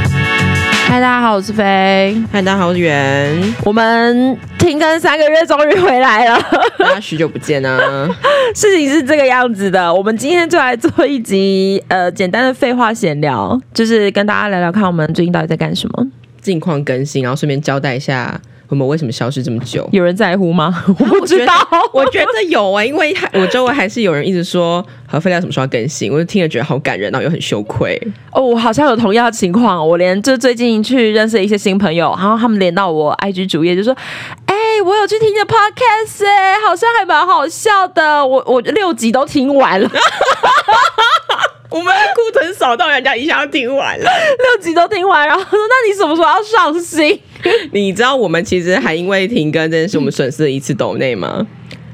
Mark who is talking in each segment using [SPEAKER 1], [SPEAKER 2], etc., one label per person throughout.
[SPEAKER 1] 嗨，大家好，我是飞。
[SPEAKER 2] 嗨，大家好，我是袁。
[SPEAKER 1] 我们停更三个月，终于回来 了。
[SPEAKER 2] 大家许久不见啊！
[SPEAKER 1] 事情是这个样子的，我们今天就来做一集呃简单的废话闲聊，就是跟大家聊聊看我们最近到底在干什么。
[SPEAKER 2] 近况更新，然后顺便交代一下我们为什么消失这么久。
[SPEAKER 1] 有人在乎吗？啊我不知道。
[SPEAKER 2] 我觉得有啊、因为还我周围还是有人一直说核废料什么时候要更新，我就听了觉得好感人，然后又很羞愧。
[SPEAKER 1] 哦，我好像有同样的情况，我连就最近去认识了一些新朋友，然后他们连到我 IG 主页就说：“哎、我有去听你的 podcast，、哎，好像还蛮好笑的。我”我六集都听完了，
[SPEAKER 2] 我们的库存少到人家一下就听完了。
[SPEAKER 1] 六集都听完，然后说：“那你什么时候要上新？”
[SPEAKER 2] 你知道我们其实还因为停更这件事，我们损失了一次抖内吗？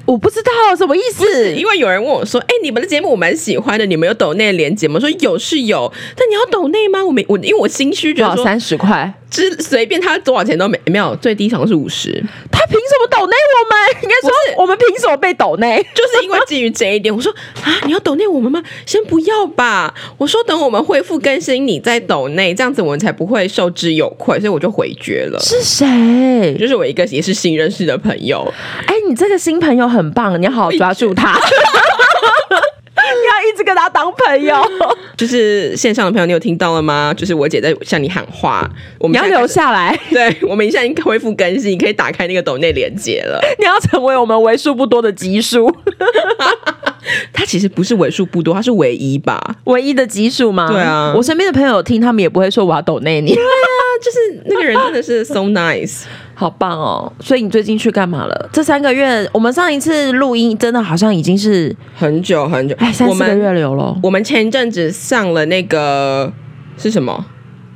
[SPEAKER 1] 我不知道什么意思。
[SPEAKER 2] 因为有人问我说：“哎、你们的节目我蛮喜欢的，你们有抖内的连接吗？”我说有是有，但你要抖内吗？我没我因为我心虚，觉
[SPEAKER 1] 多
[SPEAKER 2] 得
[SPEAKER 1] 少
[SPEAKER 2] 说
[SPEAKER 1] 三十块？
[SPEAKER 2] 之随便他多少钱都没没有，最低好像是五十。
[SPEAKER 1] 他凭什么抖内我们？ 应该说
[SPEAKER 2] 不是
[SPEAKER 1] 我们凭什么被抖内？
[SPEAKER 2] 就是因为基于这一点，我说啊，你要抖内我们吗？先不要吧。我说等我们恢复更新，你再抖内，这样子我们才不会受之有愧。所以我就回绝了。
[SPEAKER 1] 是谁？
[SPEAKER 2] 就是我一个也是新认识的朋友，
[SPEAKER 1] 哎、你这个新朋友很棒，你要好好抓住他。 你要一直跟他当朋友，
[SPEAKER 2] 就是线上的朋友，你有听到了吗？就是我姐在向你喊话，我
[SPEAKER 1] 你
[SPEAKER 2] 们
[SPEAKER 1] 要
[SPEAKER 2] 现在
[SPEAKER 1] 留。下来，
[SPEAKER 2] 对，我们一下已经恢复更新，你可以打开那个抖内连接了。
[SPEAKER 1] 你要成为我们为数不多的集数，
[SPEAKER 2] 它其实不是为数不多，它是唯一吧？啊
[SPEAKER 1] 唯一的集数吗？
[SPEAKER 2] 对啊
[SPEAKER 1] 我身边的朋友听，他们也不会说我要抖内你，
[SPEAKER 2] 啊，就是那个人真的是 so nice。
[SPEAKER 1] 好棒哦！所以你最近去干嘛了？这三个月，我们上一次录音真的好像已经是
[SPEAKER 2] 很久很久，
[SPEAKER 1] 哎三
[SPEAKER 2] 我
[SPEAKER 1] 四个
[SPEAKER 2] 们
[SPEAKER 1] 月了有咯，
[SPEAKER 2] 我们前一阵子上了那个是什么？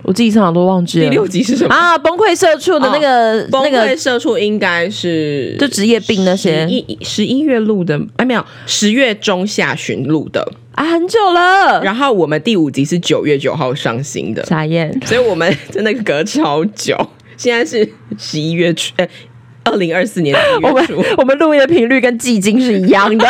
[SPEAKER 1] 我自己上场都忘记了。
[SPEAKER 2] 第六集是什么？
[SPEAKER 1] 啊，崩溃社畜的那个、
[SPEAKER 2] 崩
[SPEAKER 1] 那
[SPEAKER 2] 溃
[SPEAKER 1] 个，
[SPEAKER 2] 社畜应该是
[SPEAKER 1] 就职业病那些
[SPEAKER 2] 十一十一月录的，哎没有，十月中下旬录的。
[SPEAKER 1] 啊，很久了。
[SPEAKER 2] 然后我们第五集是九月九号上新的，
[SPEAKER 1] 傻眼，
[SPEAKER 2] 所以我们真的隔超久。现在是十一月初，呃，二零二四年的 一
[SPEAKER 1] 我
[SPEAKER 2] 月
[SPEAKER 1] 们
[SPEAKER 2] 初。
[SPEAKER 1] 我们录音的频率跟季经是一样 的。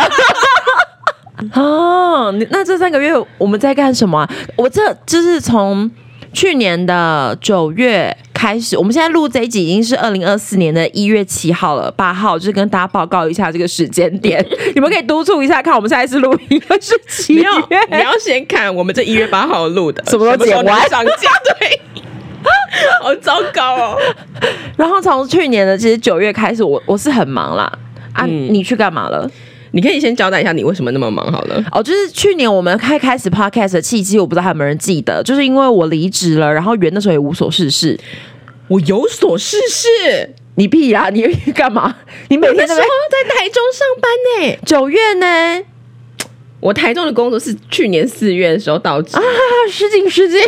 [SPEAKER 1] 哦，你那这三个月我们在干什么啊、我这就是从去年的九月开始，我们现在录这一集已经是二零二四年的一月七号了，八号，就是跟大家报告一下这个时间 点，你们可以督促一下，看我们下一次录音是七
[SPEAKER 2] 你
[SPEAKER 1] 月。
[SPEAKER 2] 要你要先看我们这一月八号录的，
[SPEAKER 1] 什么时候
[SPEAKER 2] 时候
[SPEAKER 1] 剪完
[SPEAKER 2] 能上架？对， 好糟糕哦。
[SPEAKER 1] 然后从去年的其实九月开始，我我是很忙啦。啊，
[SPEAKER 2] 嗯
[SPEAKER 1] 你去干嘛了？
[SPEAKER 2] 你可以先交代一下你为什么那么忙好了。
[SPEAKER 1] 哦，就是去年我们开开始 podcast 的契机，我不知道还有没有人记得，就是因为我离职了，然后袁那时候也无所事事。
[SPEAKER 2] 我有所事事，
[SPEAKER 1] 你屁啦！你干嘛？你每
[SPEAKER 2] 那
[SPEAKER 1] 天
[SPEAKER 2] 时
[SPEAKER 1] 在
[SPEAKER 2] 候
[SPEAKER 1] 那边
[SPEAKER 2] 在台中上班呢、
[SPEAKER 1] 九月呢？
[SPEAKER 2] 我台中的工作是去年四月的时候到职，
[SPEAKER 1] 啊，失敬失敬。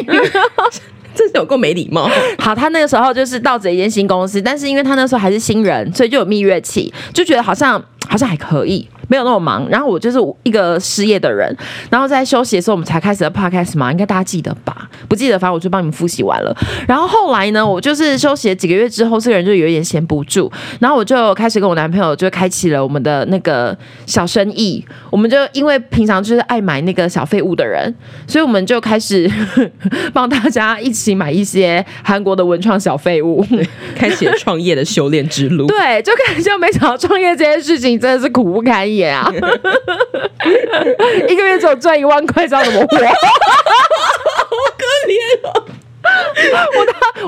[SPEAKER 2] 真是有够没礼貌。
[SPEAKER 1] 好，他那个时候就是到这一间新公司，但是因为他那时候还是新人，所以就有蜜月期，就觉得好像好像还可以，没有那么忙。然后我就是一个失业的人，然后在休息的时候，我们才开始了 podcast 嘛，应该大家记得吧？不记得，反正我就帮你们复习完了。然后后来呢，我就是休息了几个月之后，这个人就有一点闲不住，然后我就开始跟我男朋友就开启了我们的那个小生意。我们就因为平常就是爱买那个小废物的人，所以我们就开始 帮大家一起买一些韩国的文创小废物。
[SPEAKER 2] 开启了创业的修炼之路。
[SPEAKER 1] 对，就感觉没想到创业这件事情真的是苦不堪言 啊！一个月只有赚一万块，知道怎么活？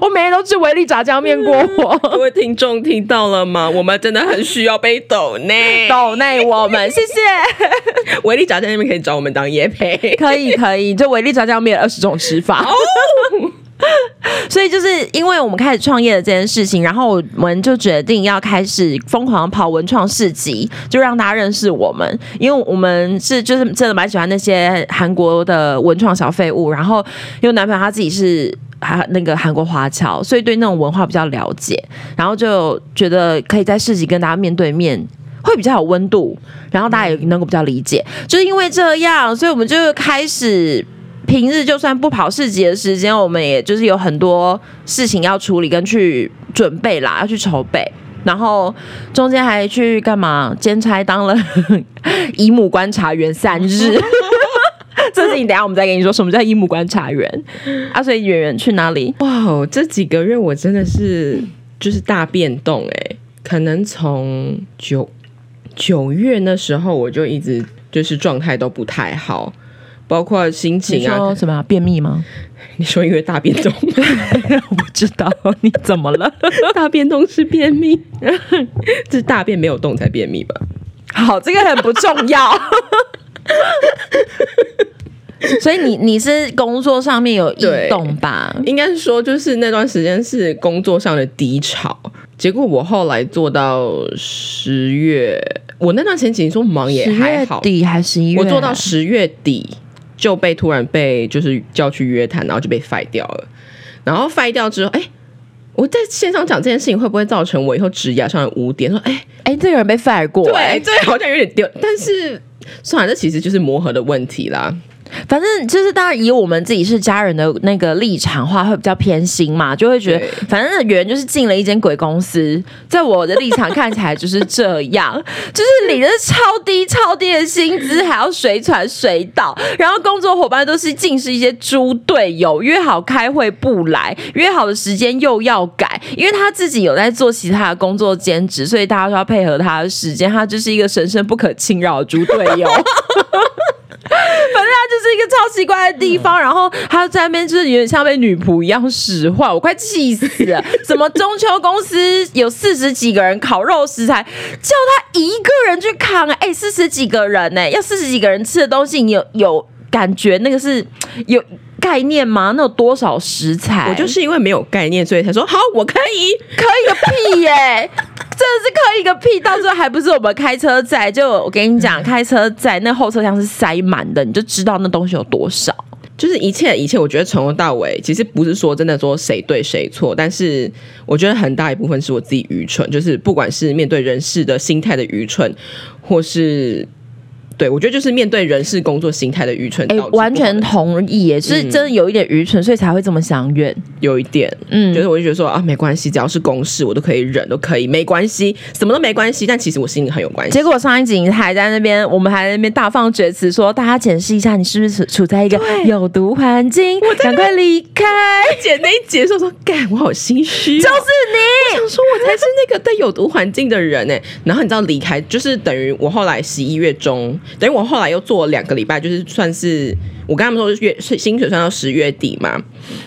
[SPEAKER 1] 我每天都吃维力炸酱面过活。
[SPEAKER 2] 各位听众听到了吗？我们真的很需要被抖 呢。
[SPEAKER 1] 抖内我们，谢谢。
[SPEAKER 2] 维力炸在那边可以找我们当夜配。
[SPEAKER 1] 可以可以，就维力炸酱面二十种吃法。 所以就是因为我们开始创业的这件事情，然后我们就决定要开始疯狂跑文创市集，就让大家认识我们。因为我们是就是真的蛮喜欢那些韩国的文创小废物，然后因为男朋友他自己是。韩那个韩国华侨，所以对那种文化比较了解，然后就觉得可以在市集跟大家面对面，会比较有温度，然后大家也能够比较理解。就是因为这样，所以我们就开始。平日就算不跑市集的时间，我们也就是有很多事情要处理跟去准备啦，要去筹备。然后中间还 去干嘛？兼差当了姨母观察员三日， 这事情等一下我们再跟你说什么叫一目观察员啊。所以圆圆去哪里？
[SPEAKER 2] 哇哦，这几个月我真的是就是大变动哎、可能从九九月那时候我就一直就是状态都不太好，包括心情啊。
[SPEAKER 1] 什么便秘吗？
[SPEAKER 2] 你说因为大变动，
[SPEAKER 1] 我不知道你怎么了。
[SPEAKER 2] 大便动是便秘， 这是大便没有动才便秘吧？
[SPEAKER 1] 好，这个很不重要。 所以你你是工作上面有异
[SPEAKER 2] 对
[SPEAKER 1] 动吧？
[SPEAKER 2] 应该是说，就是那段时间是工作上的低潮。结果我后来做到十月，我那段时间其实说忙也
[SPEAKER 1] 十
[SPEAKER 2] 还
[SPEAKER 1] 月
[SPEAKER 2] 好，
[SPEAKER 1] 底还是十一月？
[SPEAKER 2] 我做到十月底就被突然被就是叫去约谈，然后就被 fire 掉了。然后 fire 掉之后，哎、我在线上讲这件事情会不会造成我以后职涯上的污点？说，哎、
[SPEAKER 1] 哎、这个人被 fire 过、哎
[SPEAKER 2] 对，这好像有点丢，但是算了，这其实就是磨合的问题啦。
[SPEAKER 1] 反正就是，当然以我们自己是家人的那个立场话，会比较偏心嘛，就会觉得
[SPEAKER 2] 对，
[SPEAKER 1] 反正圆就是进了一间鬼公司，在我的立场看起来就是这样， 就是领的是超低超低的薪资，还要随传随到，然后工作伙伴都是尽是一些猪队友，约好开会不来，约好的时间又要改，因为他自己有在做其他的工作兼职，所以大家都要配合他的时间，他就是一个神圣不可侵扰的猪队友。反正他就是一个超奇怪的地
[SPEAKER 2] 嗯
[SPEAKER 1] 方，嗯哎然后他在那边就是有点像被女仆一样使唤，我快气死了！什么中秋公司有四十几个人烤肉食材，叫他一个人去扛、哎、四十几个人呢、要四十几个人吃的东西，你有有感觉那个是有概念吗？那有多少食材？
[SPEAKER 2] 我就是因为没有概念，所以才说好，我可以。
[SPEAKER 1] 可以个屁耶、 真的是可以个屁，到最后还不是我们开车载？就我跟你讲，
[SPEAKER 2] 嗯
[SPEAKER 1] 开车载那后车厢是塞满的，你就知道那东西有多少。
[SPEAKER 2] 就是一切一切，我觉得从头到尾，其实不是说真的说谁对谁错，但是我觉得很大一部分是我自己愚蠢，就是不管是面对人事的心态的愚蠢，或是对我觉得就是面对人事工作心态的愚蠢，
[SPEAKER 1] 哎、
[SPEAKER 2] 导致不好
[SPEAKER 1] 完全
[SPEAKER 2] 的
[SPEAKER 1] 同意耶，是真的有一点愚蠢，所以才会这么想怨。
[SPEAKER 2] 有一点，
[SPEAKER 1] 嗯
[SPEAKER 2] 嗯，就是我就觉得说啊，没关系，只要是公事我都可以忍，都可以，没关系，什么都没关系，但其实我心里很有关系。
[SPEAKER 1] 结果上一集你还在那边，我们还在那边大放厥词，说大家检视一下，你是不是处处在一个有毒环境，赶快离 开。
[SPEAKER 2] 姐那一节的时候说，干，我好心虚哦、
[SPEAKER 1] 就是
[SPEAKER 2] 想说我才是那个对有毒环境的人哎、然后你知道离开，就是等于我后来十一月中，等于我后来又做了两个礼拜，就是算是我跟他们说月是薪水算到十月底嘛，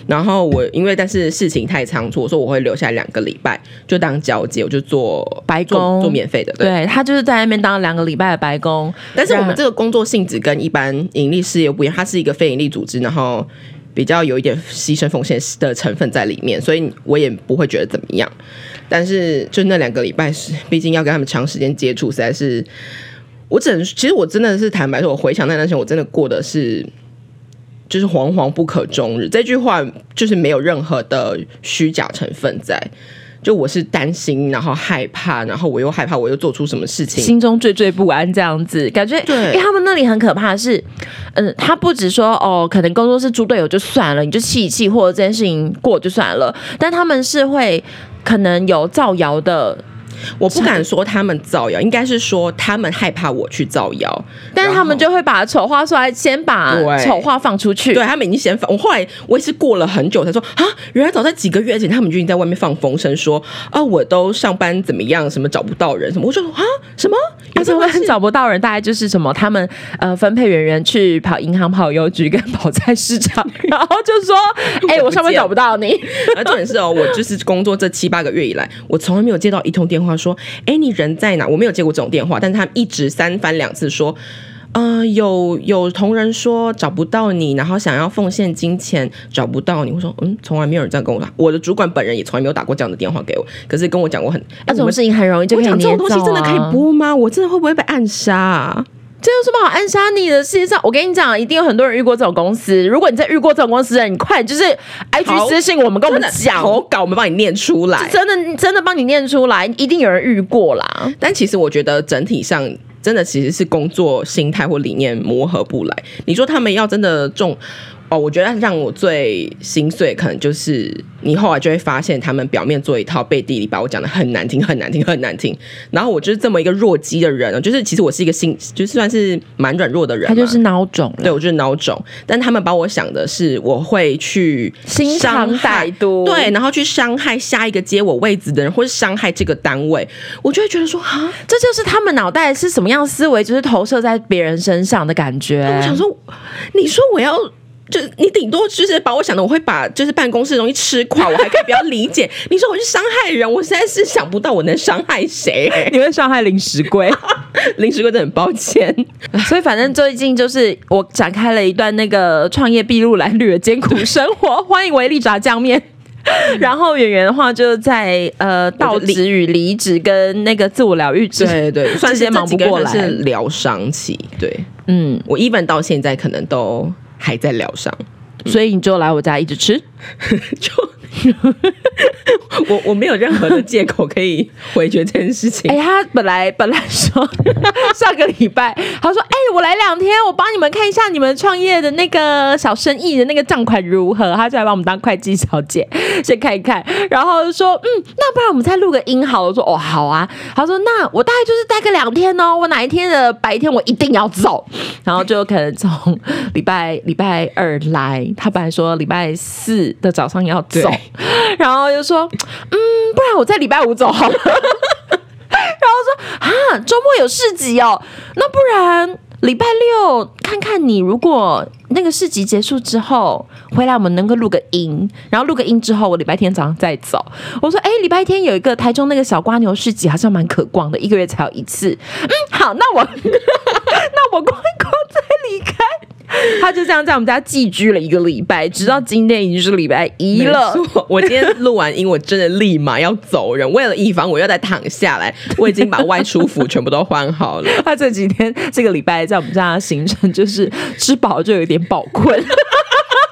[SPEAKER 2] 然后我因为但是事情太仓促，我说我会留下两个礼拜就当交接，我就做
[SPEAKER 1] 白
[SPEAKER 2] 做
[SPEAKER 1] 宫
[SPEAKER 2] 做免费的
[SPEAKER 1] 你，对他就是在那边当了两个礼拜的白宫，
[SPEAKER 2] 但是我们
[SPEAKER 1] 这
[SPEAKER 2] 这个工作性质跟一般盈利事业不一样，它是一个非盈利组织，然后比较有一点牺牲奉献的成分在里面，所以我也不会觉得怎么样。但是就那两个礼拜是，毕竟要跟他们长时间接触，实在是我只能，其实我真的是坦白说，我回想那段时间，我真的过的是。就是惶惶不可终日，这句话就是没有任何的虚假成分在。就我是担心，然后害怕，然后我又害怕，我又做出什么事情，
[SPEAKER 1] 心中惴惴不安这样子，感觉，
[SPEAKER 2] 对
[SPEAKER 1] 因为他们那里很可怕的是，嗯，他不止说哦，可能工作是猪队友就算了，你就气一气，或者这件事情过就算了，但他们是会可能有造谣的，
[SPEAKER 2] 我不敢说他们造谣，应该是说他们害怕我去造谣，
[SPEAKER 1] 但是他们就会把丑话说来，先把
[SPEAKER 2] 对
[SPEAKER 1] 丑话放出去，
[SPEAKER 2] 对他们已经先放。我后来我也是过了很久才说啊，原来早在几个月前，他们就已经在外面放风声说啊，我都上班怎么样，什么找不到人什么。我就说啊，什么有
[SPEAKER 1] 而且
[SPEAKER 2] 这
[SPEAKER 1] 我
[SPEAKER 2] 回事
[SPEAKER 1] 们？找不到人，大概就是什么，他们呃分配人员去跑银行、跑邮局跟跑菜市场，然后就 说，哎、我上班找不到你，
[SPEAKER 2] 而重点是哦，我就是工作这七八个月以来，我从来没有接到一通电话说，哎，你人在哪？我没有接过这种电话，但是他们一直三番两次说。呃，有有同仁说找不到你，然后想要奉献金钱找不到你，我说嗯，从来没有人这样跟我打，我的主管本人也从来没有打过这样的电话给我，可是跟我讲过很，
[SPEAKER 1] 那
[SPEAKER 2] 我
[SPEAKER 1] 种
[SPEAKER 2] 们
[SPEAKER 1] 事情很容易就
[SPEAKER 2] 我
[SPEAKER 1] 可以
[SPEAKER 2] 讲这种
[SPEAKER 1] 捏
[SPEAKER 2] 东西
[SPEAKER 1] 造
[SPEAKER 2] 真的可以
[SPEAKER 1] 啊
[SPEAKER 2] 播吗？我真的会不会被暗杀、啊？
[SPEAKER 1] 这有什么好暗杀你的？世界上，我跟你讲，一定有很多人遇过这种公司。如果你在遇过这种公司的人，你快就是 IG
[SPEAKER 2] 好
[SPEAKER 1] 私信我们，跟我们
[SPEAKER 2] 真的
[SPEAKER 1] 讲，
[SPEAKER 2] 投稿，我们帮你念出来。
[SPEAKER 1] 真的真的帮你念出来，一定有人遇过啦。
[SPEAKER 2] 但其实我觉得整体上，真的其实是工作心态或理念磨合不来。你说他们要真的重，哦，我觉得让我最心碎，可能就是你后来就会发现，他们表面做一套，背地里把我讲的很难听、很难听、很难听。然后我就是这么一个弱鸡的人，就是其实我是一个心， 就算是蛮软弱的人嘛，
[SPEAKER 1] 他就是孬种了
[SPEAKER 2] 对，我就是孬种。但他们把我想的是，我会去
[SPEAKER 1] 心
[SPEAKER 2] 伤
[SPEAKER 1] 肠
[SPEAKER 2] 害
[SPEAKER 1] 歹毒
[SPEAKER 2] 对，然后去伤害下一个接我位置的人，或是伤害这个单位，我就会觉得说啊，
[SPEAKER 1] 这就是他们脑袋是什么样的思维，就是投射在别人身上的感觉。
[SPEAKER 2] 我想说，你说我要。就是你顶多就是把我想的，我会把就是办公室的东西吃垮，我还可以比较理解。 你说我去伤害人，我实在是想不到我能伤害谁、
[SPEAKER 1] 你会伤害零食柜，
[SPEAKER 2] 临时真的很抱歉，
[SPEAKER 1] 所以反正最近就是我展开了一段那个创业筚路蓝缕的艰苦生活。欢迎维力炸酱 面。然后演员的话，就在呃到
[SPEAKER 2] 离
[SPEAKER 1] 职与离职跟那个自我疗愈之
[SPEAKER 2] 对对，
[SPEAKER 1] 算
[SPEAKER 2] 算
[SPEAKER 1] 是
[SPEAKER 2] 是
[SPEAKER 1] 忙
[SPEAKER 2] 忙
[SPEAKER 1] 不
[SPEAKER 2] 不
[SPEAKER 1] 过
[SPEAKER 2] 过
[SPEAKER 1] 来
[SPEAKER 2] 来，是疗伤期。对
[SPEAKER 1] 嗯，
[SPEAKER 2] 我 even 到现在可能都还在疗伤，
[SPEAKER 1] 所以你就来我家一直吃。
[SPEAKER 2] 就我我没有任何的借口可以回绝这件事情
[SPEAKER 1] 哎、。他本来本来说 上个礼拜，他说：“哎、我来两天，我帮你们看一下你们创业的那个小生意的那个账款如何。”他就来把我们当会计小姐， 先看一看，然后就说：“嗯，那不然我们再录个音好了。”我说：“哦，好啊。”他说：“那我大概就是待个两天哦，我哪一天的白天我一定要走。”然后就可能从礼拜礼拜二来，他本来说礼拜四的早上要走
[SPEAKER 2] 对，
[SPEAKER 1] 然后就说：“嗯，不然我在礼拜五走好了。”然后说啊，周末有市集哦，那不然礼拜六看看你，如果那个市集结束之后回来，我们能够录个音，然后录个音之后，我礼拜天早上再走。我说，哎，礼拜天有一个台中那个小瓜牛市集，好像蛮可逛的，一个月才有一次。嗯，好，那我那我逛一逛再离开。他就这样在我们家寄居了一个礼拜，直到今天已经是礼拜一了。
[SPEAKER 2] 没错，我今天录完音，我真的立马要走人。为了以防我又再躺下来，我已经把外出服全部都换好了。
[SPEAKER 1] 他这几天这个礼拜在我们家的行程就是吃饱就有点饱困。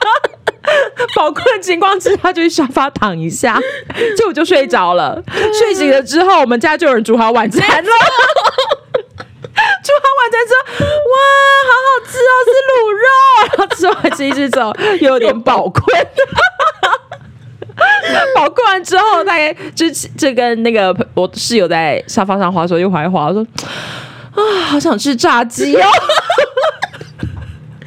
[SPEAKER 1] 饱困的情况之下，就去沙发躺一下，结果就睡着了。睡醒了之后，我们家就有人煮好晚餐了。煮好晚餐之后，哇，好好吃哦，是卤肉。然后吃完吃一吃之后，又有点饱困。 饱过完之后，大概就就跟那个我室友在沙发上滑手又滑一滑，我说啊，好想吃炸鸡哦。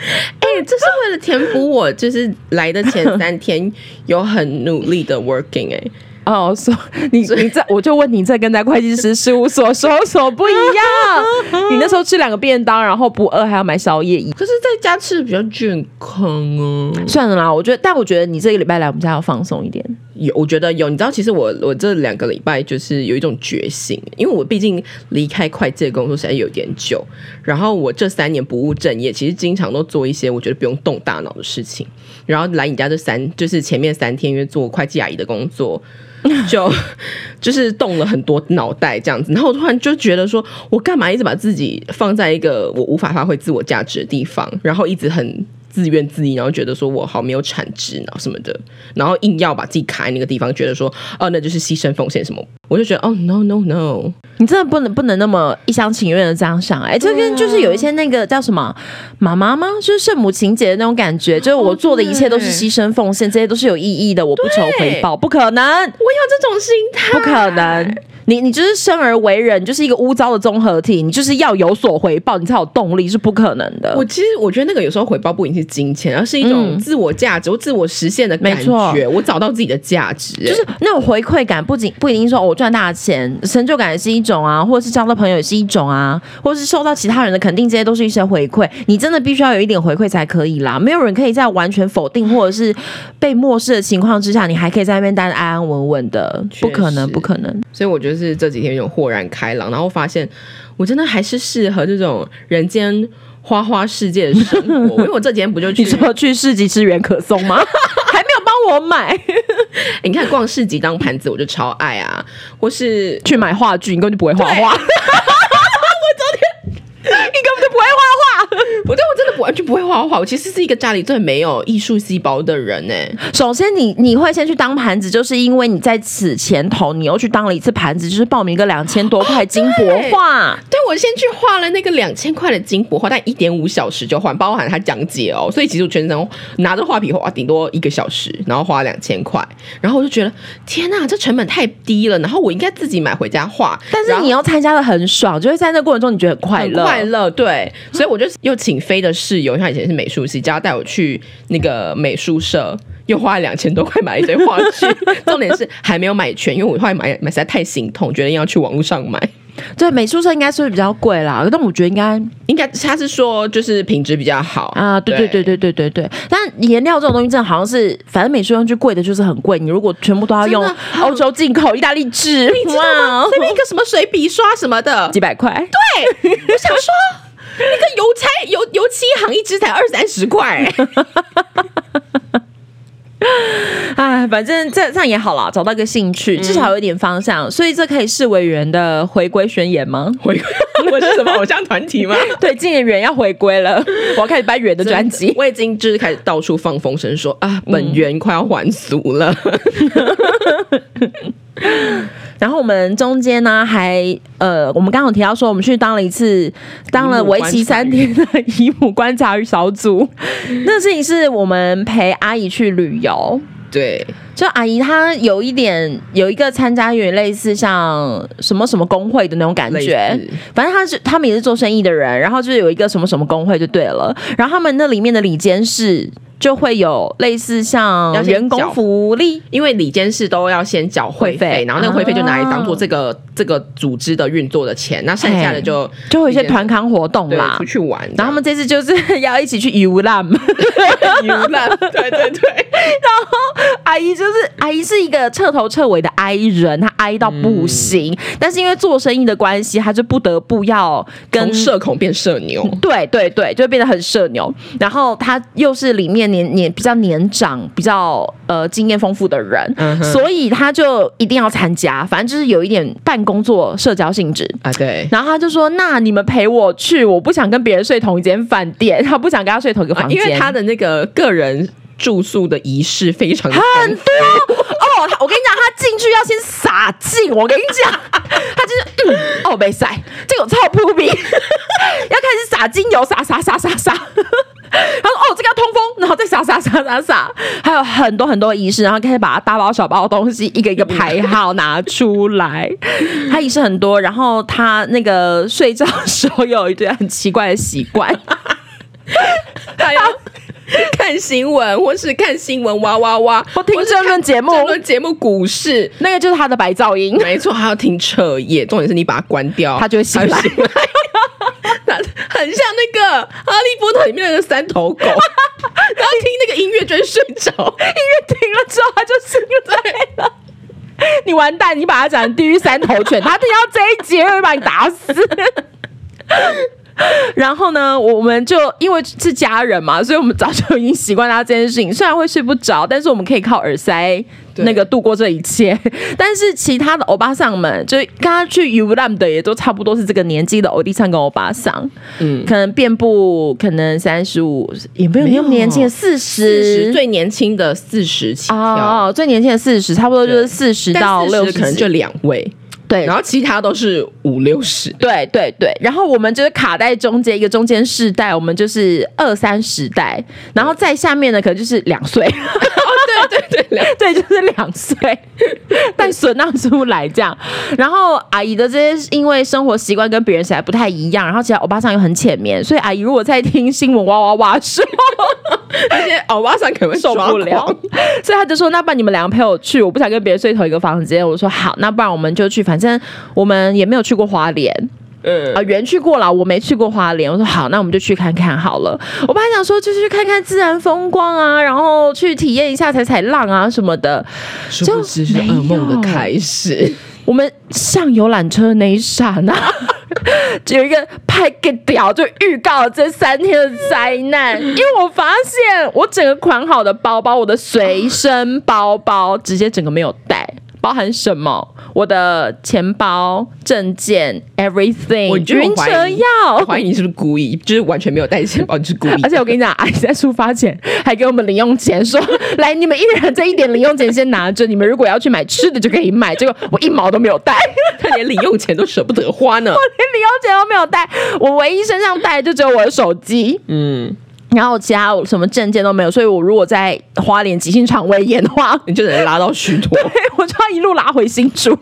[SPEAKER 2] 哎、这是为了填补我就是来的前三天有很努力的 working 哎、
[SPEAKER 1] 哦，说你你在，我就问你在跟在会计师事务所收所不一 样。你那时候吃两个便当，然后不饿还要买宵夜。
[SPEAKER 2] 可是在家吃的比较健康哦、
[SPEAKER 1] 算了啦，我觉得，但我觉得你这个礼拜来我们家要放松一点。
[SPEAKER 2] 有，我觉得有。你知道，其实我我这两个礼拜就是有一种觉醒，因为我毕竟离开会计的工作实在有点久，然后我这三年不务正业，其实经常都做一些我觉得不用动大脑的事情。然后来你家这三，就是前面三天因为做会计阿姨的工作。 就就是动了很多脑袋这样子，然后我突然就觉得说，我干嘛一直把自己放在一个我无法发挥自我价值的地方，然后一直很自怨自艾，然后觉得说我好没有产值，然后什么的，然后硬要把自己卡在那个地方，觉得说，哦，那就是牺牲奉献什么，我就觉得，哦，no no no，
[SPEAKER 1] 你真的不能不能那么一厢情愿的这样想，哎、这跟就是有一些那个叫什么妈妈吗？就是圣母情节的那种感觉，就是我做的一切都是牺牲奉献，这些都是有意义的，我不求回报，不可能，
[SPEAKER 2] 我有这种心态，
[SPEAKER 1] 不可能。你你就是生而为人，就是一个污糟的综合体，你就是要有所回报，你才有动力，是不可能的
[SPEAKER 2] 我。其实我觉得那个有时候回报不一定是金钱，而是一种自我价值或自我实现的感
[SPEAKER 1] 嗯没错
[SPEAKER 2] 觉。我找到自己的价值、欸
[SPEAKER 1] 就是那种回馈感，不仅不一定说、哦我赚大钱，成就感也是一种啊，或者是交到朋友也是一种啊，或者是受到其他人的肯定，这些都是一些回馈。你真的必须要有一点回馈才可以啦，没有人可以在完全否定或者是被漠视的情况之下，你还可以在那边待得安安稳稳的，不可能，
[SPEAKER 2] 确实
[SPEAKER 1] 不可能。
[SPEAKER 2] 所以我就是这几天有种豁然开朗，然后发现我真的还是适合这种人间花花世界的生活。因为我这几天不就 去
[SPEAKER 1] 你说去市集吃元可 颂吗？还没有帮我买，
[SPEAKER 2] 哎你看逛市集当盘子，我就 超爱啊，或是。
[SPEAKER 1] 去买 话剧，你根本就不会画画。我昨天，你根本就不会画画。
[SPEAKER 2] 我对我真的不完全不会画画，我其实是一个家里最没有艺术细胞的人哎、
[SPEAKER 1] 首先你，你会先去当盘子，就是因为你在此前头你又去当了一次盘子，就是报名一个两千多块金箔画。
[SPEAKER 2] 对，我先去画了那个两千块的金箔画，但一点五小时就换，包含他讲解哦。所以其实我全程拿着画笔画，啊顶多一个小时，然后花两千块，然后我就觉得天呐，这成本太低了，然后我应该自己买回家画。
[SPEAKER 1] 但是
[SPEAKER 2] 然后
[SPEAKER 1] 你要参加的很爽，就会在那过程中你觉得很快
[SPEAKER 2] 很
[SPEAKER 1] 乐。
[SPEAKER 2] 快乐，对，所以我就又请飞的室友，因为他以前是美术系，叫他带我去那个美术社，又花了两千多块买了一堆画具，重点是还没有买全，因为我后来买买实在太心痛，决定要去网络上买。
[SPEAKER 1] 对，美术社应该是会比较贵啦，但我觉得应该
[SPEAKER 2] 应该他是说就是品质比较好
[SPEAKER 1] 啊，对对对对对对对。但颜料这种东西真的好像是，反正美术用具贵的就是很贵，你如果全部都要用
[SPEAKER 2] 真的好
[SPEAKER 1] 欧洲进口意大利制，
[SPEAKER 2] 你知道吗？
[SPEAKER 1] 哦
[SPEAKER 2] 随便一个什么水笔刷什么的，
[SPEAKER 1] 几百块。
[SPEAKER 2] 对，我想说。那个邮差油油漆行一支才二三十块、
[SPEAKER 1] 哎，反正这这样也好啦，找到一个兴趣，至少有一点方向，所以这可以视为圆的回归宣言吗？
[SPEAKER 2] 回 我是什么偶像团体 吗？
[SPEAKER 1] 对，今年圆要回归了，我要开始搬圆的专辑。
[SPEAKER 2] 我已经就是开始到处放风声说啊，本源快要还俗 了。
[SPEAKER 1] 然后我们中间呢，还呃，我们刚刚有提到说，我们去当了一次，当了为期三天的姨母观察与小组。那个事情是我们陪阿姨去旅游，
[SPEAKER 2] 对，
[SPEAKER 1] 就阿姨她有一点有一个参加有点类似像什么什么工会的那种感觉
[SPEAKER 2] 类似，
[SPEAKER 1] 反正她是他们也是做生意的人，然后就是有一个什么什么工会就对了，然后他们那里面的里监事就会有类似像
[SPEAKER 2] 要先
[SPEAKER 1] 员工
[SPEAKER 2] 缴
[SPEAKER 1] 福利。
[SPEAKER 2] 因为里监事都要先缴会
[SPEAKER 1] 会
[SPEAKER 2] 费
[SPEAKER 1] 费，
[SPEAKER 2] 然后那个会费就拿来当做
[SPEAKER 1] 啊
[SPEAKER 2] 这个、这个组织的运作的钱，那剩下的就
[SPEAKER 1] 就会有一些团康活动
[SPEAKER 2] 对
[SPEAKER 1] 啦，
[SPEAKER 2] 出去玩，
[SPEAKER 1] 然后他们这次就是要一起去游览，
[SPEAKER 2] 游览， 对对对。
[SPEAKER 1] 阿姨就是阿姨是一个彻头彻尾的 I 人，她 I 到不行，
[SPEAKER 2] 嗯
[SPEAKER 1] 但是因为做生意的关系，她就不得不要跟
[SPEAKER 2] 从社恐变社牛，
[SPEAKER 1] 对对对，就变得很社牛。然后他又是里面年年比较年长、比较呃经验丰富的人，
[SPEAKER 2] 嗯哼
[SPEAKER 1] 所以他就一定要参加。反正就是有一点半工作社交性质。
[SPEAKER 2] 啊，对。
[SPEAKER 1] 然后他就说：“那你们陪我去，我不想跟别人睡同一间饭店， 他不想跟他睡同一个
[SPEAKER 2] 啊
[SPEAKER 1] 房
[SPEAKER 2] 因
[SPEAKER 1] 间。
[SPEAKER 2] 为他的那个个人住宿的仪式非常的
[SPEAKER 1] 很多哦，他我跟你讲，他进去要先洒净。我跟你讲， 他就是嗯，哦，没塞，这个有臭扑 鼻，要开始洒精油，洒洒洒洒 洒。他说：“哦，这个要通风，然后再洒洒洒洒洒，还有很多很多仪式，然后开始把它大包小包的东西一个一个排好拿出来。他仪式很多，然后他那个睡觉的时候又有一堆很奇怪的习惯，
[SPEAKER 2] 还有看新闻，或是看新闻哇哇哇，
[SPEAKER 1] 我听
[SPEAKER 2] 或是
[SPEAKER 1] 政论节目
[SPEAKER 2] 看政论节目股市，
[SPEAKER 1] 那个就是他的白噪音。”
[SPEAKER 2] 没错，还要听彻夜。重点是你把它关掉，
[SPEAKER 1] 它就会醒来
[SPEAKER 2] 它就醒来那很像那个《哈利波特》里面的那个三头 狗，然后听那个音乐就会睡着。
[SPEAKER 1] 音乐停了之后，他就醒来了。你完蛋！你把他讲成地狱三头犬，他听到这一集会把你打死。 然后呢，我们就因为是家人嘛，所以我们早就已经习惯他这件事情。虽然会睡不着，但是我们可以靠耳塞
[SPEAKER 2] 对
[SPEAKER 1] 那个度过这一切。但是其他的欧巴桑们，就是跟他去 U Lam 的，也都差不多是这个年纪的欧弟桑跟欧巴桑，嗯，可能遍布，可能三十五，也没有
[SPEAKER 2] 没
[SPEAKER 1] 那
[SPEAKER 2] 有
[SPEAKER 1] 么年轻的四十，
[SPEAKER 2] 四十最年轻的四十起跳，
[SPEAKER 1] 哦，最年轻的四十，差不多就是四十
[SPEAKER 2] 但
[SPEAKER 1] 到六
[SPEAKER 2] 40
[SPEAKER 1] 十，
[SPEAKER 2] 可能就两位，
[SPEAKER 1] 对
[SPEAKER 2] 然。后其他都是五六十。
[SPEAKER 1] 对对对，然后我们就是卡在中间一个中间世代，我们就是二三十代，然后再下面呢可能就是两岁，
[SPEAKER 2] 哦对对对，
[SPEAKER 1] 对，就是两岁， 但损到出来这样。然后阿姨的这些因为生活习惯跟别人实在不太一样，然后其实欧巴桑又很浅眠，所以阿姨如果在听新闻哇哇哇的时候，
[SPEAKER 2] 而且欧巴桑可 能会
[SPEAKER 1] 受不
[SPEAKER 2] 抓
[SPEAKER 1] 了
[SPEAKER 2] 狂，
[SPEAKER 1] 所以他就说：“那不然你们两个陪我去，我不想跟别人睡同一个房间。”我说：“好，那不然我们就去，反正我们也没有去过花莲
[SPEAKER 2] 嗯
[SPEAKER 1] 啊、，呃原去过了，我没去过花莲。”我说：“好，那我们就去看看好了。”我本来想说就是去看看自然风光啊，然后去体验一下踩踩浪啊什么的。
[SPEAKER 2] 殊不知是噩梦的开始。
[SPEAKER 1] 我们上游览车的那一刹那， 只有一个拍个屌就预告了这三天的灾难，因为我发现我整个款好的包包，我的随身包包直接整个没有带。包含什么？我的钱包、证件，everything，
[SPEAKER 2] 我就是
[SPEAKER 1] 晕车
[SPEAKER 2] 怀疑
[SPEAKER 1] 药
[SPEAKER 2] 我。怀疑你是不是故意，就是完全没有带钱包，你是故意。
[SPEAKER 1] 而且我跟你讲，阿姨在出发前还给我们零用钱，说：“来，你们一人这一点零用钱先拿着，你们如果要去买吃的就可以买。”结果我一毛都没有带，
[SPEAKER 2] 他连零用钱都舍不得 花
[SPEAKER 1] 连
[SPEAKER 2] 呢。
[SPEAKER 1] 零用钱都没有带，我唯一身上带的就只有我的手机，
[SPEAKER 2] 嗯，
[SPEAKER 1] 然后其他我什么证件都没有。所以我如果在花莲急性肠胃炎的话，
[SPEAKER 2] 你就得拉到虚脱。
[SPEAKER 1] 我就要一路拉回新竹。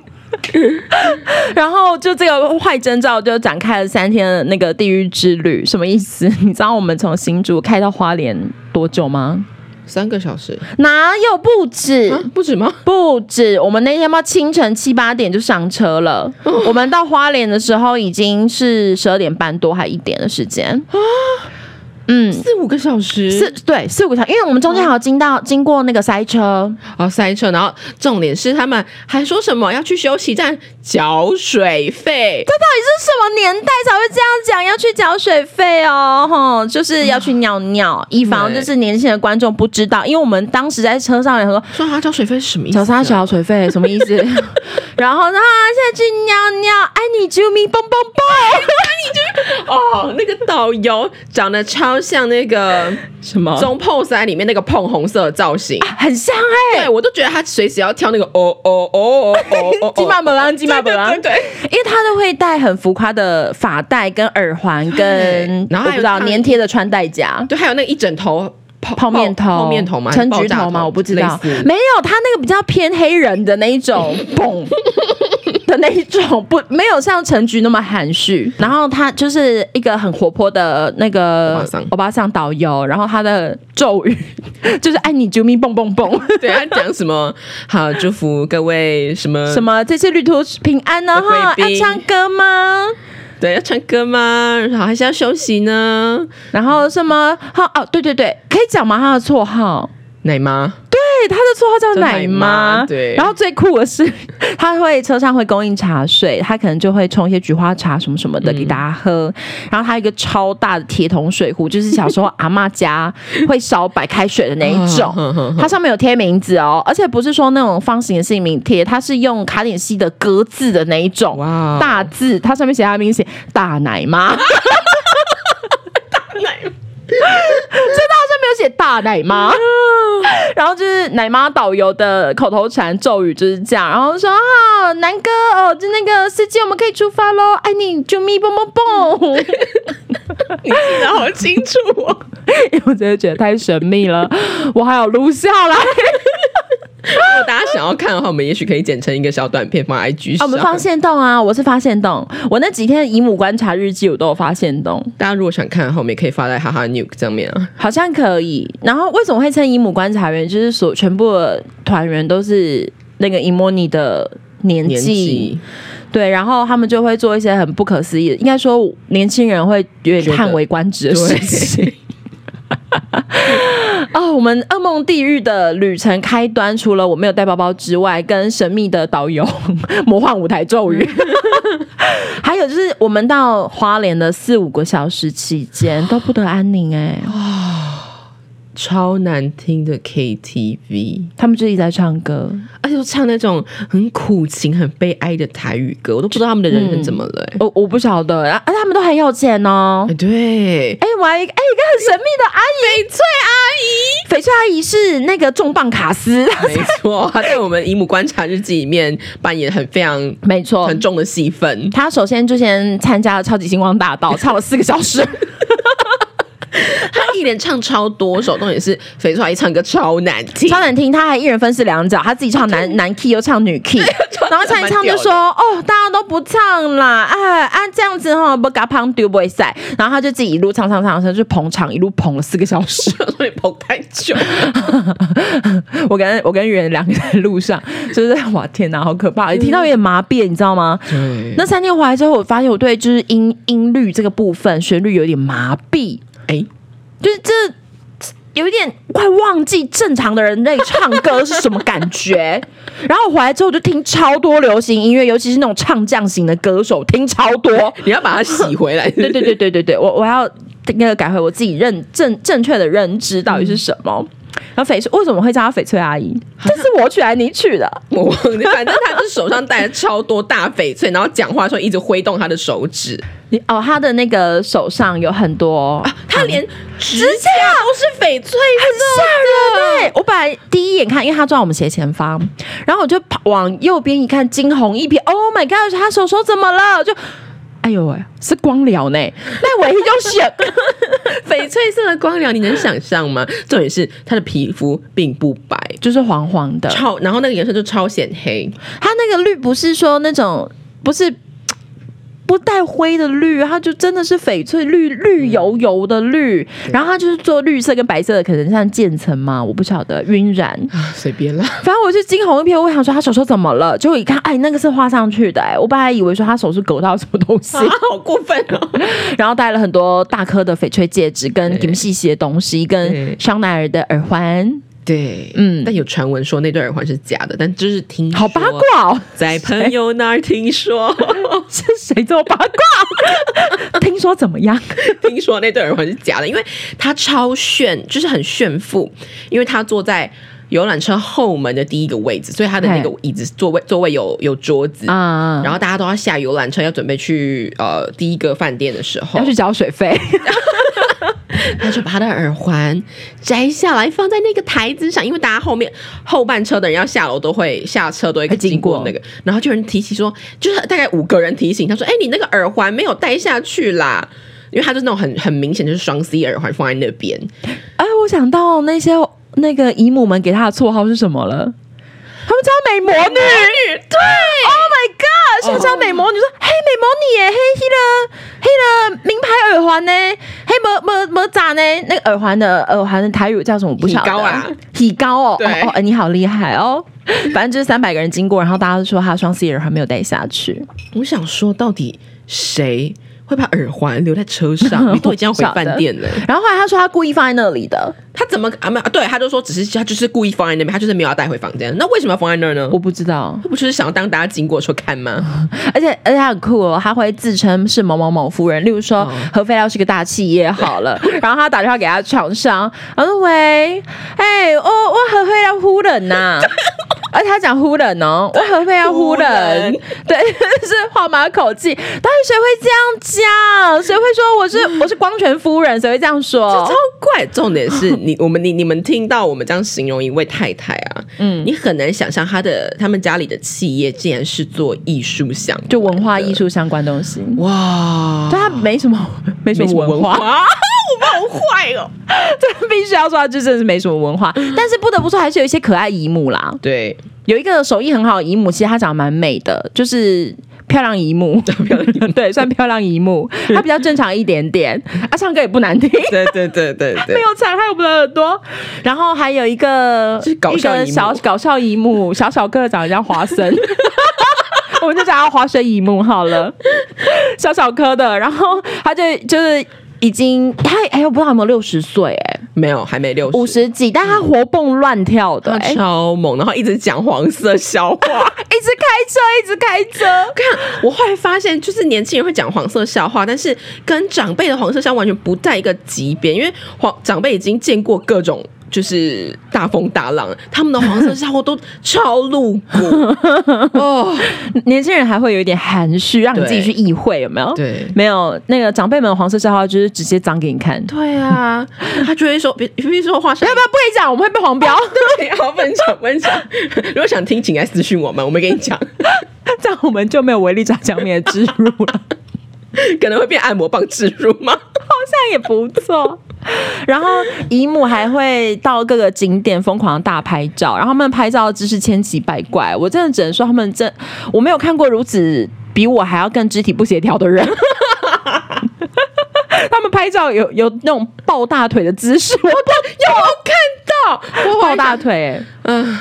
[SPEAKER 1] 然后就这个坏征兆就展开了三天的那个地狱之旅，什么意思？你知道我们从新竹开到花莲多久吗？
[SPEAKER 2] 三个小时、
[SPEAKER 1] 哪有不止？
[SPEAKER 2] 啊、不止吗？
[SPEAKER 1] 不止，我们那天嘛清晨七八点就上车了。我们到花莲的时候已经是十二点半多，还一点的时间。嗯，
[SPEAKER 2] 四五个小时
[SPEAKER 1] 四对四五个小时，因为我们中间还有经到经嗯过那个塞车，
[SPEAKER 2] 哦，塞车，然后重点是他们还说什么要去休息站缴水费，
[SPEAKER 1] 这到底是什么年代才会这样讲？要去缴水费哦，吼，就是要去尿尿，以防
[SPEAKER 2] 对
[SPEAKER 1] 就是年轻的观众不知道，因为我们当时在车上，然后说
[SPEAKER 2] 说他缴水费是什么意思、
[SPEAKER 1] 小
[SPEAKER 2] 啊？
[SPEAKER 1] 三小水费什么意思？ 然后呢，啊现在去尿尿，爱你啾咪蹦蹦蹦，
[SPEAKER 2] 哦，那个导游长得超像那个
[SPEAKER 1] 什么
[SPEAKER 2] 《中 pose 里面那个碰红色的造型，
[SPEAKER 1] 很像哎、
[SPEAKER 2] 对我都觉得他随时要跳那个哦哦哦哦哦 哦，
[SPEAKER 1] 金马本郎，金马本郎，
[SPEAKER 2] 对对对
[SPEAKER 1] 因为他都会戴很浮夸的发带、跟耳环、跟
[SPEAKER 2] 然后
[SPEAKER 1] 我
[SPEAKER 2] 还有
[SPEAKER 1] 不知道
[SPEAKER 2] 烫
[SPEAKER 1] 粘贴的穿戴夹。
[SPEAKER 2] 对，还有那一整头泡
[SPEAKER 1] 泡面头、
[SPEAKER 2] 泡面头吗？
[SPEAKER 1] 橙
[SPEAKER 2] 爆
[SPEAKER 1] 橘
[SPEAKER 2] 炸
[SPEAKER 1] 头
[SPEAKER 2] 头
[SPEAKER 1] 吗？我不知道
[SPEAKER 2] 类似，
[SPEAKER 1] 没有，他那个比较偏黑人的那一种， 嘣的那一种，不没有像橙橘那么含蓄。然后他就是一个很活泼的那
[SPEAKER 2] 欧
[SPEAKER 1] 个
[SPEAKER 2] 巴桑
[SPEAKER 1] 欧巴桑导游，然后他的咒语 就是“爱你啾咪蹦蹦蹦
[SPEAKER 2] 对他讲什么？好，祝福各位什么”，
[SPEAKER 1] 什么这次旅途平安呢？哈，
[SPEAKER 2] 呃贵
[SPEAKER 1] 要
[SPEAKER 2] 宾
[SPEAKER 1] 唱歌吗？
[SPEAKER 2] 对，要唱歌吗？然后还是要休息呢？
[SPEAKER 1] 然后什么？哈哦，对对对，可以讲吗？他的绰号。
[SPEAKER 2] 奶妈，
[SPEAKER 1] 对，他的绰号叫
[SPEAKER 2] 叫
[SPEAKER 1] 奶
[SPEAKER 2] 奶
[SPEAKER 1] 妈。
[SPEAKER 2] 妈对
[SPEAKER 1] 然后最酷的是， 他会车上会供应茶水，他可能就会冲一些菊花茶什么什么的给大家喝。然后他有一个超大的铁桶水壶，就是小时候阿嬷家会烧白开水的那一 种。
[SPEAKER 2] 哼哼哼
[SPEAKER 1] 它上面有贴名字哦，而且不是说那种方形的姓名贴，它是用卡点西的格字的那一种
[SPEAKER 2] 哇哦
[SPEAKER 1] 大字，它上面写它的名字写大奶妈， 这
[SPEAKER 2] 奶
[SPEAKER 1] 它好像没有写大奶妈。然后就是奶妈导游的口头禅咒语就是这样，然后说啊，南哥哦，就那个司机，我们可以出发喽，爱你，啾咪，蹦蹦蹦。
[SPEAKER 2] 你记得好清楚 哦。
[SPEAKER 1] 因为我真的觉得太神秘了，我还有录下来，
[SPEAKER 2] 如果大家想要看的话，我们也许可以剪成一个小短片放在 IG
[SPEAKER 1] 啊
[SPEAKER 2] 上。
[SPEAKER 1] 我们发现洞啊，我是发现洞，我那几天的姨母观察日记我都有发现洞，
[SPEAKER 2] 大家如果想看的话，我们也可以发在哈哈 Nuke 上面啊。
[SPEAKER 1] 好像可以。然后为什么会称姨母观察员？就是所全部的团员都是那个姨莫尼的年
[SPEAKER 2] 年
[SPEAKER 1] 纪。
[SPEAKER 2] 纪，
[SPEAKER 1] 对，然后他们就会做一些很不可思议的，应该说年轻人会有
[SPEAKER 2] 觉
[SPEAKER 1] 点
[SPEAKER 2] 得
[SPEAKER 1] 叹为观止的事情。哦，我们噩梦地狱的旅程开端，除了我没有带包包之外，跟神秘的导游 魔幻舞台咒语， 还有就是我们到花莲的四五个小时期间都不得安宁哎、
[SPEAKER 2] 超难听的 KTV，
[SPEAKER 1] 他们就一直在唱歌，
[SPEAKER 2] 而且都唱那种很苦情、很悲哀的台语歌，我都不知道他们的人生怎么了、欸。
[SPEAKER 1] 我我不晓得，啊，他们都很有钱哦
[SPEAKER 2] 哎、。对，
[SPEAKER 1] 哎、我还有一个哎、一个很神秘的阿姨，翡翠阿姨，翡翠阿姨是那个重磅卡司，
[SPEAKER 2] 没错，他在我们《姨母观察日记》里面扮演很非常
[SPEAKER 1] 没错
[SPEAKER 2] 很重的戏份。
[SPEAKER 1] 她首先就先参加了超级星光大道，唱了四个小时，
[SPEAKER 2] 他一连唱超多首，重点是翡翠阿姨唱歌超难听，
[SPEAKER 1] 超难听。她还一人分饰两角，她自己唱男男 key 又唱女 key，然后唱一唱就说：“哦，大家都不唱啦，哎啊这样子哈，不嘎胖丢不会赛。”然后她就自己一路唱唱唱，就捧场，一路捧了四个小时。
[SPEAKER 2] 我说你捧太久了，
[SPEAKER 1] 我跟我跟袁两个在路上，就是哇天哪，好可怕！也听到有点麻痹，你知道吗？那三天回来之后，我发现我对就是音音律这个部分旋律有点麻痹，
[SPEAKER 2] 哎、
[SPEAKER 1] 就是这有一点快忘记正常的人类唱歌是什么感觉。然后我回来之后就听超多流行音乐，尤其是那种唱将型的歌手，听超多。
[SPEAKER 2] 哎你要把它洗回来。
[SPEAKER 1] 对对对对对对，我我要那个改回我自己认正正确的认知到底是什么。然后翡翠为什么会叫她翡翠阿姨？这是我取还是你取的？
[SPEAKER 2] 我忘记，反正他就是手上戴了超多大翡翠，然后讲话的时候一直挥动他的手指，
[SPEAKER 1] 你哦，她的那个手上有很多，
[SPEAKER 2] 啊、他连指甲都是翡翠
[SPEAKER 1] 很吓人对，我本来第一眼看，因为她坐在我们斜前方，然后我就跑往右边一看，惊鸿一瞥，Oh my god！她手手怎么了？就。哎呦喂，是光疗呢，那我就选
[SPEAKER 2] 翡翠色的光疗，你能想象吗？重点是他的皮肤并不白，
[SPEAKER 1] 就是黄黄的，
[SPEAKER 2] 超然后那个颜色就超显黑，
[SPEAKER 1] 它那个绿不是说那种不是不带灰的绿，它就真的是翡翠绿，绿油油的绿。然后它就是做绿色跟白色的，可能像渐层嘛，我不晓得晕染。
[SPEAKER 2] 啊，随便啦。
[SPEAKER 1] 反正我就惊鸿一瞥，我想说他手手怎么了？结果一看，哎，那个是画上去的、哎，我本来以为说他手是勾到什么东西
[SPEAKER 2] 啊，， 好过分哦！
[SPEAKER 1] 然后戴了很多大颗的翡翠戒指，跟
[SPEAKER 2] 对
[SPEAKER 1] 金细细的东西，跟
[SPEAKER 2] 对
[SPEAKER 1] 香奈儿的耳环，
[SPEAKER 2] 对，
[SPEAKER 1] 嗯
[SPEAKER 2] 嗯，但有传闻说那对耳环是假的，但就是听
[SPEAKER 1] 好八，卦哦。
[SPEAKER 2] 在朋友那儿听 说，
[SPEAKER 1] 是谁做八卦？听说怎么样？
[SPEAKER 2] 听说那对耳环是假的，因为它超炫，就是很炫富，因为他坐在游览车后门的第一个位置，所以他的那个
[SPEAKER 1] 嘿
[SPEAKER 2] 椅子座位座位有有桌子。
[SPEAKER 1] 啊、
[SPEAKER 2] 然后大家都要下游览车，要准备去呃第一个饭店的时候
[SPEAKER 1] 要，去交水费。
[SPEAKER 2] 他就把他的耳环摘下来放在那个台子上，因为大家后面后半车的人要下楼都会下车都会
[SPEAKER 1] 会经
[SPEAKER 2] 经过
[SPEAKER 1] 过
[SPEAKER 2] 那个，然后就有人提起说，就是大概五个人提醒他说：“哎、你那个耳环没有戴下去啦。”因为他就是那种很很明显就是双 C 耳环放在那边，
[SPEAKER 1] 哎，我想到那些那个姨母们给她的绰号是什么了？他们叫美魔女，对，Oh my God，现在
[SPEAKER 2] 哦
[SPEAKER 1] 叫美魔女说，嘿，美魔女耶，嘿，黑了，黑了，名牌耳环呢，嘿，么么么咋呢？那个耳环的耳环的台语叫什么？我不晓得。
[SPEAKER 2] 喜高啊，
[SPEAKER 1] 喜高哦，
[SPEAKER 2] 对
[SPEAKER 1] 哦哦，哎你好厉害哦。反正就是三百个人经过，然后大家都说她的双 C 耳环没有戴下去。
[SPEAKER 2] 我想说到底谁会把耳环留在车上？你都已经要 回饭店了，
[SPEAKER 1] 然后后来她说她故意放在那里的，
[SPEAKER 2] 他怎么啊？没有，对，他就说只是他就是故意放在那边，他就是没有要带回房间。那为什么要放在那儿呢？
[SPEAKER 1] 我不知道。
[SPEAKER 2] 他不就是想要当大家经过的时候看吗？
[SPEAKER 1] 而且而且他很酷哦，他会自称是某某某夫人，例如说
[SPEAKER 2] 嗯
[SPEAKER 1] 何飞料是个大企业好 了，然后他打电话给他床上，他说喂，哎、我我何飞料夫人 呐、而且他讲夫人哦，我何飞要夫
[SPEAKER 2] 夫
[SPEAKER 1] 人
[SPEAKER 2] 人，
[SPEAKER 1] 对， 是话马口气。到底谁会这样讲？谁会说我是我是光泉夫人？谁会这样
[SPEAKER 2] 这超
[SPEAKER 1] 说？
[SPEAKER 2] 怪。重点是你，我们你你们听到我们这样形容一位太太啊，嗯，你很难想象她的他们家里的企业竟然是做艺术项目，
[SPEAKER 1] 就文化艺术相关东西，
[SPEAKER 2] 哇，
[SPEAKER 1] 对他没什么没什
[SPEAKER 2] 没
[SPEAKER 1] 么
[SPEAKER 2] 什么
[SPEAKER 1] 文
[SPEAKER 2] 文
[SPEAKER 1] 化
[SPEAKER 2] 化，。 我们好坏哦。
[SPEAKER 1] 这必须要说，他就真的是没什么文化。但是不得不说，还是有一些可爱姨母啦。
[SPEAKER 2] 对，
[SPEAKER 1] 有一个手艺很好的姨母，其实她长得蛮美的，就是漂亮姨母，漂亮姨母 对，算漂亮姨母。她比较正常一点点，啊，唱歌也不难听，
[SPEAKER 2] 对对对对
[SPEAKER 1] 没
[SPEAKER 2] 对，
[SPEAKER 1] 有唱，还有我们的耳朵。然后还有一个
[SPEAKER 2] 是搞笑姨
[SPEAKER 1] 一
[SPEAKER 2] 母
[SPEAKER 1] 个小搞笑姨母，小小个长得像华生。 我们就叫她华生姨母好了，小小颗的，然后她就就是已经，她哎，我不知道有没有六十岁哎，
[SPEAKER 2] 没有，还没六
[SPEAKER 1] 五。十几，但她活蹦乱跳的、
[SPEAKER 2] 她
[SPEAKER 1] 哎，
[SPEAKER 2] 超猛，然后一直讲黄色笑话。
[SPEAKER 1] 一直开车，一直开车。
[SPEAKER 2] 看，我后来发现，就是年轻人会讲黄色笑话，但是跟长辈的黄色笑话完全不在一个级别，因为黄长辈已经见过各种。就是大风大浪，他们的黄色笑话都超露骨哦。
[SPEAKER 1] 年轻人还会有一点含蓄，让你
[SPEAKER 2] 对
[SPEAKER 1] 自己去意会，有没有？
[SPEAKER 2] 对
[SPEAKER 1] 没有那个长辈们的黄色笑话就是直接长给你看，要
[SPEAKER 2] 对啊，他就会说，比比如说话上，
[SPEAKER 1] 不要不可以讲，我们会被黄标，
[SPEAKER 2] 对，好分享分享。如果想听，请来私讯我们，我们给你讲，
[SPEAKER 1] 这样我们就没有维力炸酱面的植入了，
[SPEAKER 2] 可能会变按摩棒植入吗？
[SPEAKER 1] 好像也不错。然后姨母还会到各个景点疯狂地大拍照，然后他们拍照的姿势千奇百怪，我真的只能说他们真我没有看过如此比我还要更肢体不协调的人。他们拍照有有那种抱大腿的姿势，我
[SPEAKER 2] 有看到，
[SPEAKER 1] 抱大腿、欸，
[SPEAKER 2] 嗯，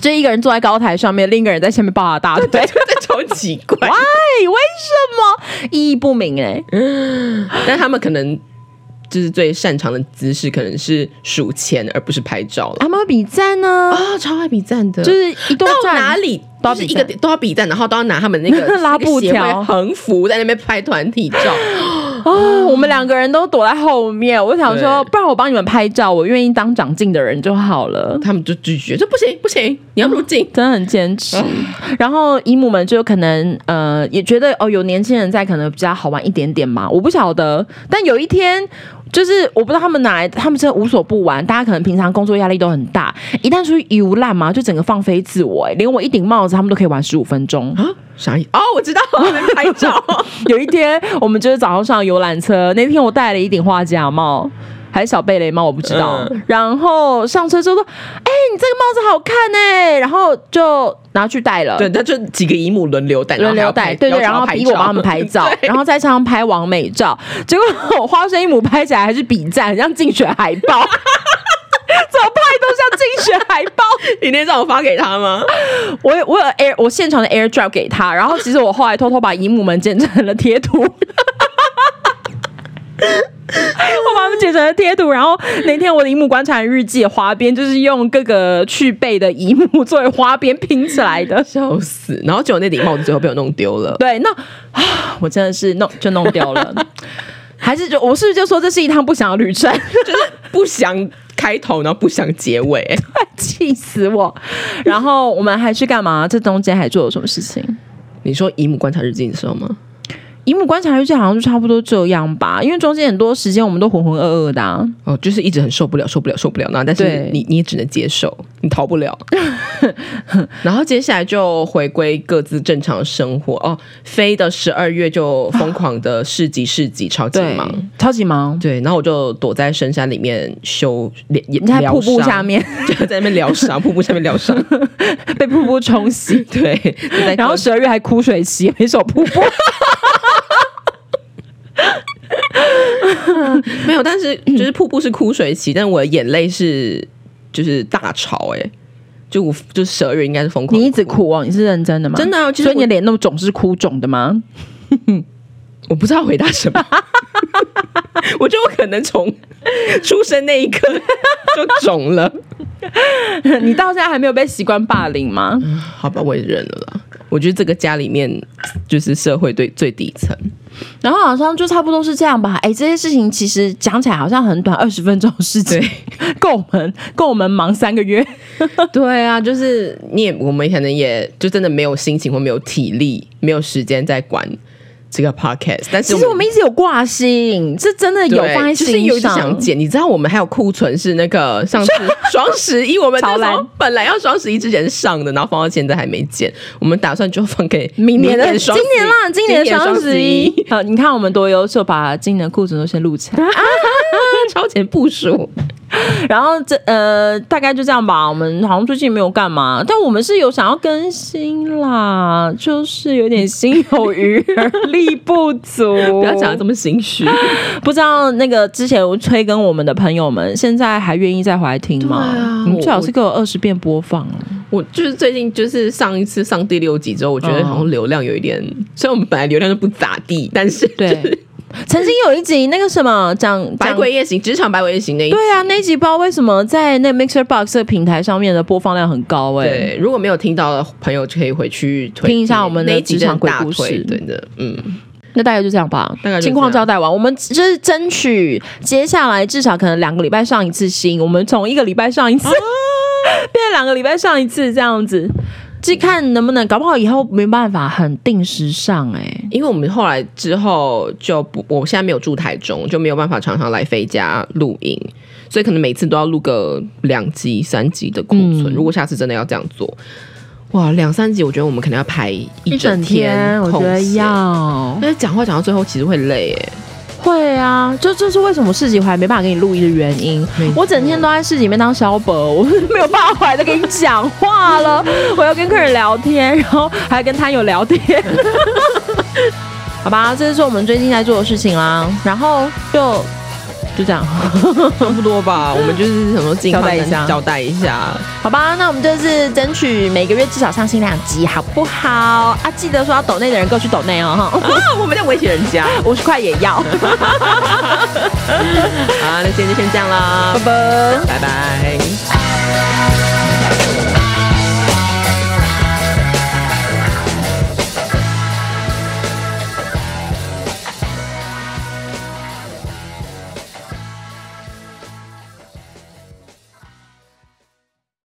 [SPEAKER 1] 就一个人坐在高台上面，另一个人在下面抱他大腿。。
[SPEAKER 2] 这超奇怪
[SPEAKER 1] 喂，为什么意义不明、欸？哎，
[SPEAKER 2] 但他们可能就是最擅长的姿势，可能是数钱，而不是拍照了。
[SPEAKER 1] 他们会比赞呢、
[SPEAKER 2] 啊、超爱比赞的，
[SPEAKER 1] 就是一段
[SPEAKER 2] 到
[SPEAKER 1] 赞
[SPEAKER 2] 哪里
[SPEAKER 1] 都要
[SPEAKER 2] 就是
[SPEAKER 1] 比
[SPEAKER 2] 一个
[SPEAKER 1] 赞
[SPEAKER 2] 都要比赞，然后都要拿他们那个
[SPEAKER 1] 拉布条
[SPEAKER 2] 那个协会横幅在那边拍团体照。
[SPEAKER 1] 哦，我们两个人都躲在后面。我想说，
[SPEAKER 2] 对
[SPEAKER 1] 不然我帮你们拍照，我愿意当长进的人就好了。
[SPEAKER 2] 他们就拒绝，这不行不行，你要入境。
[SPEAKER 1] 真的很坚持，然后姨母们就可能呃也觉得哦有年轻人在可能比较好玩一点点嘛，我不晓得。但有一天就是我不知道他们哪来，他们真的无所不玩。大家可能平常工作压力都很大，一旦出去游览嘛，就整个放飞自我、欸，连我一顶帽子他们都可以玩十五分 钟。
[SPEAKER 2] 啊，啥意？哦，我知道，我们拍照。
[SPEAKER 1] 有一天，我们就是早上上游览车，那天我戴了一顶花甲帽。还是小贝雷帽，我不知道。
[SPEAKER 2] 嗯
[SPEAKER 1] 然后上车之后说：“哎、你这个帽子好看哎、然后就拿去戴了。
[SPEAKER 2] 对，他就几个姨母轮流带，
[SPEAKER 1] 轮流带，对对，然后逼我帮他们拍 照， 然
[SPEAKER 2] 后
[SPEAKER 1] 后在车上拍完美照，结果我花生一母拍起来还是比赞，很像竞选海报， 怎么拍都像竞选海报。
[SPEAKER 2] 你那张我发给他 吗？
[SPEAKER 1] 我有我有 air，我现场的 airdrop 给他，然后其实我后来偷偷把姨母们剪成了贴图。 我把它们剪成了贴图，然后那天我的姨母观察日记的花边就是用各个去背的姨母作为花边拼起来的。
[SPEAKER 2] 笑死！然后结果那顶帽子最后被我弄丢了。
[SPEAKER 1] 对，那啊，我真的是弄就弄掉了，还是就我是不是就说这是一趟不祥的旅程？
[SPEAKER 2] 就是不想开头，然后不想结尾。
[SPEAKER 1] 气死我！然后我们还去干嘛？这中间还做了什么事情？
[SPEAKER 2] 你说姨母观察日记的时候吗？
[SPEAKER 1] 姨母观察日记好像就差不多这样吧，因为中间很多时间我们都浑浑噩噩的、啊。
[SPEAKER 2] 哦，就是一直很受不了，受不了，受不了。然后但是
[SPEAKER 1] 对
[SPEAKER 2] 你你也只能接受，你逃不了。 然后接下来就回归各自正常的生活。哦，飞的十二月就疯狂的市集市集，超级
[SPEAKER 1] 对
[SPEAKER 2] 忙。，
[SPEAKER 1] 超级忙。
[SPEAKER 2] 对，然后我就躲在深山里面修脸，
[SPEAKER 1] 你在瀑布下
[SPEAKER 2] 面，
[SPEAKER 1] 面
[SPEAKER 2] 就在那边疗 伤，瀑布下面疗伤。
[SPEAKER 1] 被瀑布冲 洗，
[SPEAKER 2] 对，就在
[SPEAKER 1] 然后十二月还枯水期，每首瀑 布。
[SPEAKER 2] 没有，但是就是瀑布是枯水期，但我的眼泪是就是大潮哎、就我就十二月应该是疯狂，
[SPEAKER 1] 你一直哭哦，你是认真的吗？
[SPEAKER 2] 真的啊其实
[SPEAKER 1] 所以你
[SPEAKER 2] 我
[SPEAKER 1] 的脸那么肿是哭肿的吗？
[SPEAKER 2] 我不知道回答什 么，我觉得我可能 从出生那一刻就肿了，
[SPEAKER 1] 你到现在还没有被习惯霸凌吗？
[SPEAKER 2] 好吧，我也忍了啦。我觉得这个家里面就是社会最最底层，
[SPEAKER 1] 然后好像就差不多是这样吧。哎，这些事情其实讲起来好像很短，二十分钟的事情， 够我们够我们忙三个月。
[SPEAKER 2] 对啊，就是你也我们可能也就真的没有心情或没有体力，没有时间在管这个 podcast，但是
[SPEAKER 1] 其实我们一直有挂心，这真的有
[SPEAKER 2] 对
[SPEAKER 1] 放在
[SPEAKER 2] 就是有
[SPEAKER 1] 心
[SPEAKER 2] 一直
[SPEAKER 1] 上。
[SPEAKER 2] 想减，你知道我们还有库存是那个上次双十一，我 们那
[SPEAKER 1] 超
[SPEAKER 2] 时候
[SPEAKER 1] 懒
[SPEAKER 2] 本来要双十一之前上的，然后放到现在还没减，我们打算就放给
[SPEAKER 1] 明年的今
[SPEAKER 2] 双
[SPEAKER 1] 年啦，今年的双十
[SPEAKER 2] 十啊
[SPEAKER 1] 一，，呃，你看我们多优秀，把今年的库存都先录起来。
[SPEAKER 2] 超前部
[SPEAKER 1] 哦
[SPEAKER 2] 署。
[SPEAKER 1] 然后这呃，大概就这样吧。我们好像最近没有干嘛，但我们是有想要更新啦，就是有点心有余而力不足。
[SPEAKER 2] 不要讲的这么 心虚，
[SPEAKER 1] 不知道那个之前我催更我们的朋友们，现在还愿意再回来听吗？
[SPEAKER 2] 对啊
[SPEAKER 1] 你们最好
[SPEAKER 2] 我
[SPEAKER 1] 是给我二十遍播放啊。
[SPEAKER 2] 我就是最近就是上一次上第六集之后，我觉得
[SPEAKER 1] 嗯
[SPEAKER 2] 好像流量有一点，虽然我们本来流量就不咋地，但是就是
[SPEAKER 1] 对， 曾经有一集那个什么讲《
[SPEAKER 2] 百
[SPEAKER 1] 讲
[SPEAKER 2] 鬼夜行，职场百鬼夜行那一集。
[SPEAKER 1] 对啊，那一集不知道为什么在那 Mixer Box 的平台上面的播放量很高哎、
[SPEAKER 2] 对，如果没有听到的朋友，就可以回去推
[SPEAKER 1] 听一下我们的
[SPEAKER 2] 那一集
[SPEAKER 1] 职场
[SPEAKER 2] 真的大
[SPEAKER 1] 鬼故事
[SPEAKER 2] 推真的，嗯，
[SPEAKER 1] 那大概就这样吧，
[SPEAKER 2] 大概就这样
[SPEAKER 1] 近况交代完，我们就是争取接下来至少可能两个礼拜上一次新，我们从一个礼拜上一
[SPEAKER 2] 啊
[SPEAKER 1] 次、 变成两个礼拜上一次这样子，就看能不能，搞不好以后没办法很定时上哎、
[SPEAKER 2] 因为我们后来之后就不，我现在没有住台中，就没有办法常常来飞家录音，所以可能每次都要录个两集、三集的库存。
[SPEAKER 1] 嗯
[SPEAKER 2] 如果下次真的要这样做，哇，两三集，我觉得我们可能要排一整
[SPEAKER 1] 天我觉
[SPEAKER 2] 空
[SPEAKER 1] 得
[SPEAKER 2] 闲。
[SPEAKER 1] 要
[SPEAKER 2] 但是讲话讲到最后，其实会累诶。
[SPEAKER 1] 会啊，就这是为什么市集回来没办法给你录音的原因
[SPEAKER 2] 没错。
[SPEAKER 1] 我整天都在市集里面当小本，我没有办法回来的给你讲话 了。我要跟客人聊天，然后还跟摊友聊天。 好吧，这就是我们最近在做的事情啦。然后就就这样，
[SPEAKER 2] 差不多吧。我们就是想说尽
[SPEAKER 1] 交
[SPEAKER 2] 快
[SPEAKER 1] 代一下
[SPEAKER 2] 交代一 下。
[SPEAKER 1] 好吧，那我们就是争取每个月至少上新两集，好不好？啊，记得说要抖内的人给我去抖内哦，哈，
[SPEAKER 2] 啊，我们在威胁人家。
[SPEAKER 1] 五十块也要，
[SPEAKER 2] 好，那今天就先这样啦，
[SPEAKER 1] 拜。
[SPEAKER 2] 拜拜。
[SPEAKER 3] 「あなたの